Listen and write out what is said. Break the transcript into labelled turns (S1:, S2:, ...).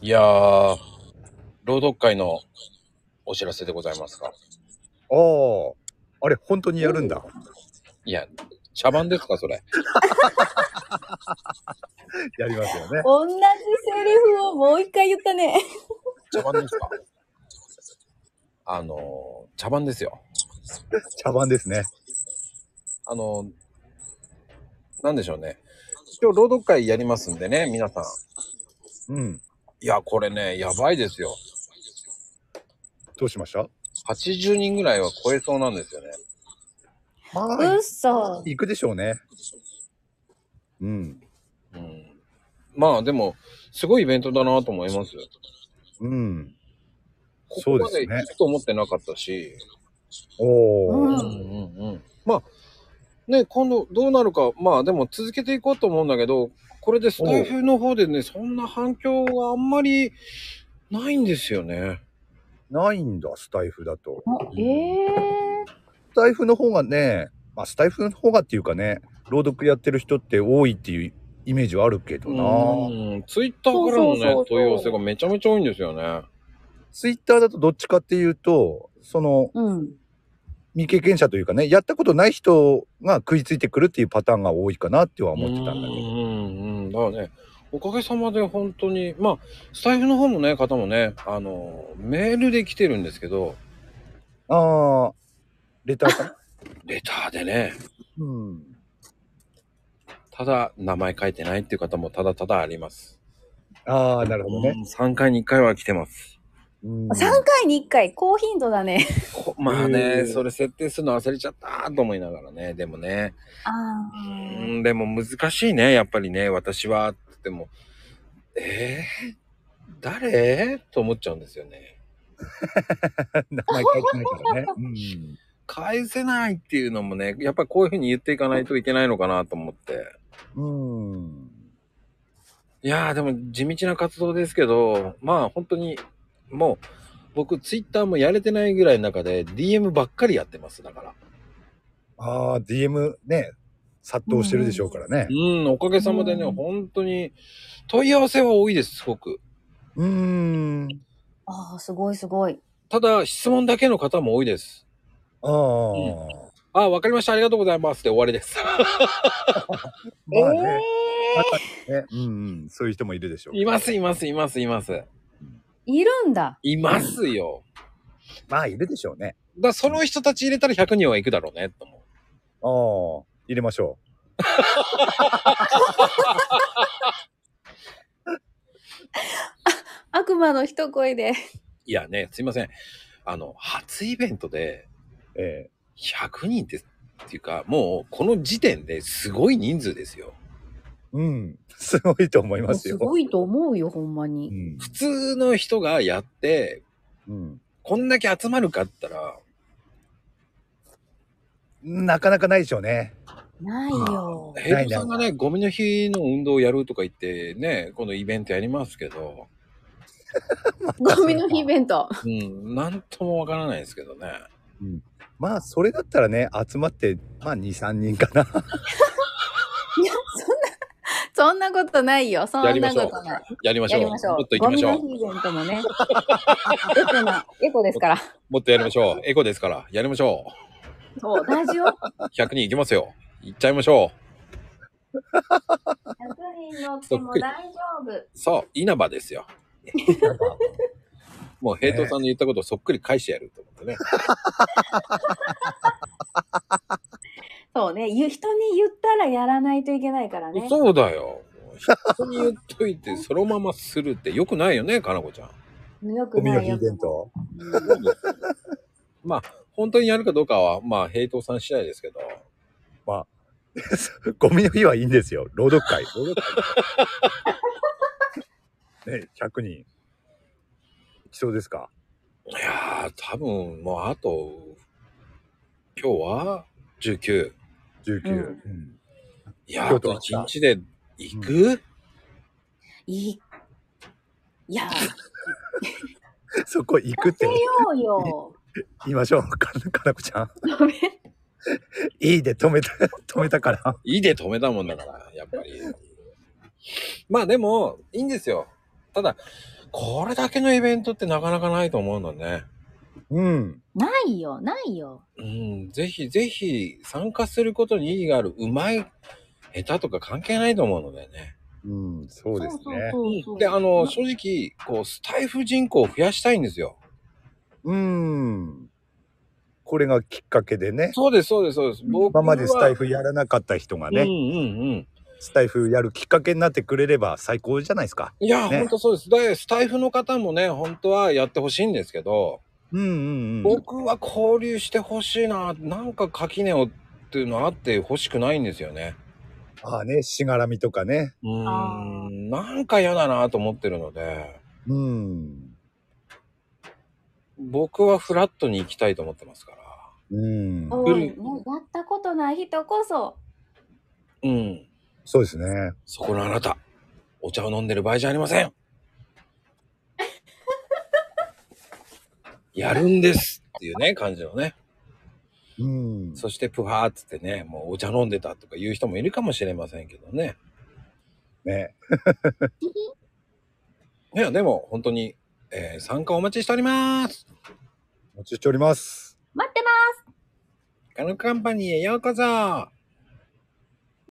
S1: いやー、朗読会のお知らせでございますか。
S2: ああ、あれ、本当にやるんだ。
S1: いや、茶番ですか、それ。
S2: やりますよね。
S3: 同じセリフをもう一回言ったね。
S1: 茶番ですか。あのー、茶番ですよ。
S2: 茶番ですね。
S1: あのー、なんでしょうね。今日朗読会やりますんでね、皆さん。
S2: うん。
S1: いや、これね、やばいですよ。
S2: どうしました
S1: 80人ぐらいは超えそうなんですよね。
S2: は
S3: うっそ
S2: い。。行くでしょうね。うん。
S1: うん。まあ、でも、すごいイベントだなと思います。
S2: うん。
S1: こ
S2: そ
S1: こ
S2: うで
S1: ますで
S2: ね
S1: 行くと思ってなかったし。
S2: おー。
S3: うん
S1: うんうんうんまあね今度どうなるかまあでも続けていこうと思うんだけどこれでスタイフの方でねそんな反響があんまりないんですよね。
S2: ないんだ、スタイフだと。
S3: あええ
S2: スタイフの方がね、まあ、スタイフの方がっていうかね、朗読やってる人って多いっていうイメージはあるけどな。
S1: うんツイッターからの
S3: そうそうそ
S1: ね
S3: う
S1: 問い合わせがめちゃめちゃ多いんですよね。
S2: ツイッターだとどっちかっていうと、その
S3: うん。
S2: 未経験者というかね、やったことない人が食いついてくるっていうパターンが多いかなっては思ってたんだ
S1: う
S2: けど。
S1: んうんだからねおかげさまで本当にまあスタイフの方もね方もねあのメールで来てるんですけど
S2: ああ、レターかな
S1: レターでね
S2: うん。
S1: ただ名前書いてないっていう方もただただあります。
S2: ああ、なるほどね。
S1: 3回に1回は来てます。
S2: うん
S3: 3回に1回、高頻度だね。
S1: こまあね、
S2: うん
S1: それ設定するの忘れちゃったと思いながらね、でもね、
S3: あ
S1: うーん、でも難しいね、やっぱりね、私は、って言っても、えー、誰と思っちゃうんですよね。
S2: 名前書いてないからね。うん。
S1: 返せないっていうのもね、やっぱりこういうふうに言っていかないといけないのかなと思って。
S2: うん。
S1: いやー、でも地道な活動ですけど、まあ本当に、もう、僕、ツイッターもやれてないぐらいの中で、DM ばっかりやってます、だから。
S2: ああ、DM ね、殺到してるでしょうからね。
S1: うん、おかげさまでね、
S3: うん
S1: 本当に問い合わせは多いです、すごく。
S2: うん。
S3: ああ、すごいすごい。
S1: ただ、質問だけの方も多いです。
S2: ああ、
S1: あ、わかりました、ありがとうございます。で終わりです。
S2: まあね。
S3: ええ
S2: ねうんうん、そういう人もいるでしょ う。
S1: います、います、います、います。
S3: いるんだ。
S1: いますよ。
S2: まあ、いるでしょうね。
S1: だからその人たち入れたら100人はいくだろうね、と思う。
S2: ああ、入れましょ
S3: 悪魔の一声で。
S1: いやね、すいません。あの、初イベントで
S2: う。え
S1: 100人って、っていうか、もう、この時点ですごい人数ですよ。
S2: えうん、 すごいと思います
S3: す
S2: よ。
S3: ごいと思うよ、ほんま
S2: う
S3: に。
S2: ん
S1: 普、通の人がやって、
S2: うん。
S1: こんだけ集まるかって言ったら、
S2: なかなかないでしょうね。
S3: ないよ。
S1: 平イさんがね、ゴミの日の運動をやるとか言ってね、このイベントやりますけど、
S3: ゴミの日イベント。
S1: うん、なんともわからないですけどね。
S2: まあ、それだったらね、集まって、まあ、2、3人かな。
S3: いや、そんな、そんなことないよ。そん
S1: やりま
S3: な
S1: しょ
S3: こ
S1: う
S3: とない。。
S1: やりまし
S3: や
S1: ょう。
S3: り
S1: も
S3: ま
S1: っ
S3: しょ
S1: と
S3: う。
S1: 行
S3: ゴ
S1: きま
S3: ミ
S1: しょう。
S3: の日イベントもね。エコな、エコですから。
S1: もっとやりましょう。エコですから、やりましょ
S3: そう、ラジオ。
S1: う。100人行きますよ。行っちゃいましょ
S3: 100人乗って
S1: も大
S3: 丈夫。
S1: う。そう、稲葉ですよ。もう平等さんの言ったことをそっくり返してやると思ってね。
S3: そうね、ゆ人に言ったらやらないといけないからね。
S1: そうだよ。人に言っといて、そのままするってよくないよね、かなこちゃん。
S3: よ
S2: ゴ
S3: く
S2: ミ
S3: な
S2: の
S3: い
S2: 日イ
S3: よく
S2: ベ
S3: ない
S2: ン。ト。
S3: うん
S1: まあ、本当にやるかどうかは、まあ、平等さん次第ですけど。
S2: ゴミの日はいいんですよ。朗読会。朗読会。ね、100人。来そうですか
S1: いやー、多分もうあと、今日は19。
S2: ?19。
S3: うん
S2: うん
S1: いやー、
S2: 今
S1: あ
S2: 日と
S1: と
S2: 明日
S1: 1日で行く、
S3: いい。いや、
S2: そこ行くっ
S3: せ
S2: て
S3: よ うよ。
S2: 言いましょう。かかなこちゃん。
S3: ごめん
S2: いいで止めた、 止めたから。
S1: いいで止めたもんだから、やっぱり。まあでも、いいんですよ。ただ、これだけのイベントってなかなかないと思うんだね。
S2: うん。
S3: ないよ、ないよ。
S1: うん、ぜひぜひ参加することに意義がある、うまい、下手とか関係ないと思うのでね。
S2: うん、そうですね。
S3: そうそうそう
S1: で、あの、
S3: な
S1: 正直、こう、スタイフ人口を増やしたいんですよ。
S2: うん。これがきっかけでね。
S1: そうです、そうです、そうです。僕
S2: 今までスタイ
S1: フ
S2: フやらなかった人が
S1: ね。うんう
S2: ね、
S1: んうん。
S2: スタイフやるきっかけになってくれれば最高じゃないですか。
S1: いや、
S2: ね
S1: 本当そうです。で、スタイフの方もね、本当はやってほしいんですけど、
S2: うんうんうん。
S1: 僕は交流してほしいな、なんか垣根をっていうのあってほしくないんですよね。
S2: ああね、しがらみとかね。
S1: うー
S3: あ
S1: ん、なんか嫌だなと思ってるので、
S2: うん。
S1: 僕はフラットに行きたいと思ってますから。
S2: うん。
S3: おい
S1: 来
S3: ねやったことない人こそ。
S1: うん。
S2: そうですね。
S1: そこのあなた、お茶を飲んでる場合じゃありません。 やるんですっていうね、感じのね。
S2: うん。
S1: そして、プハーっつってね、もうお茶飲んでたとか言う人もいるかもしれませんけどね。
S2: ね。
S1: いや、でも、本当に、えー参加お待ちしております。
S2: お待ちしております。
S3: 待ってま
S1: カヌカンパニーへようこそ。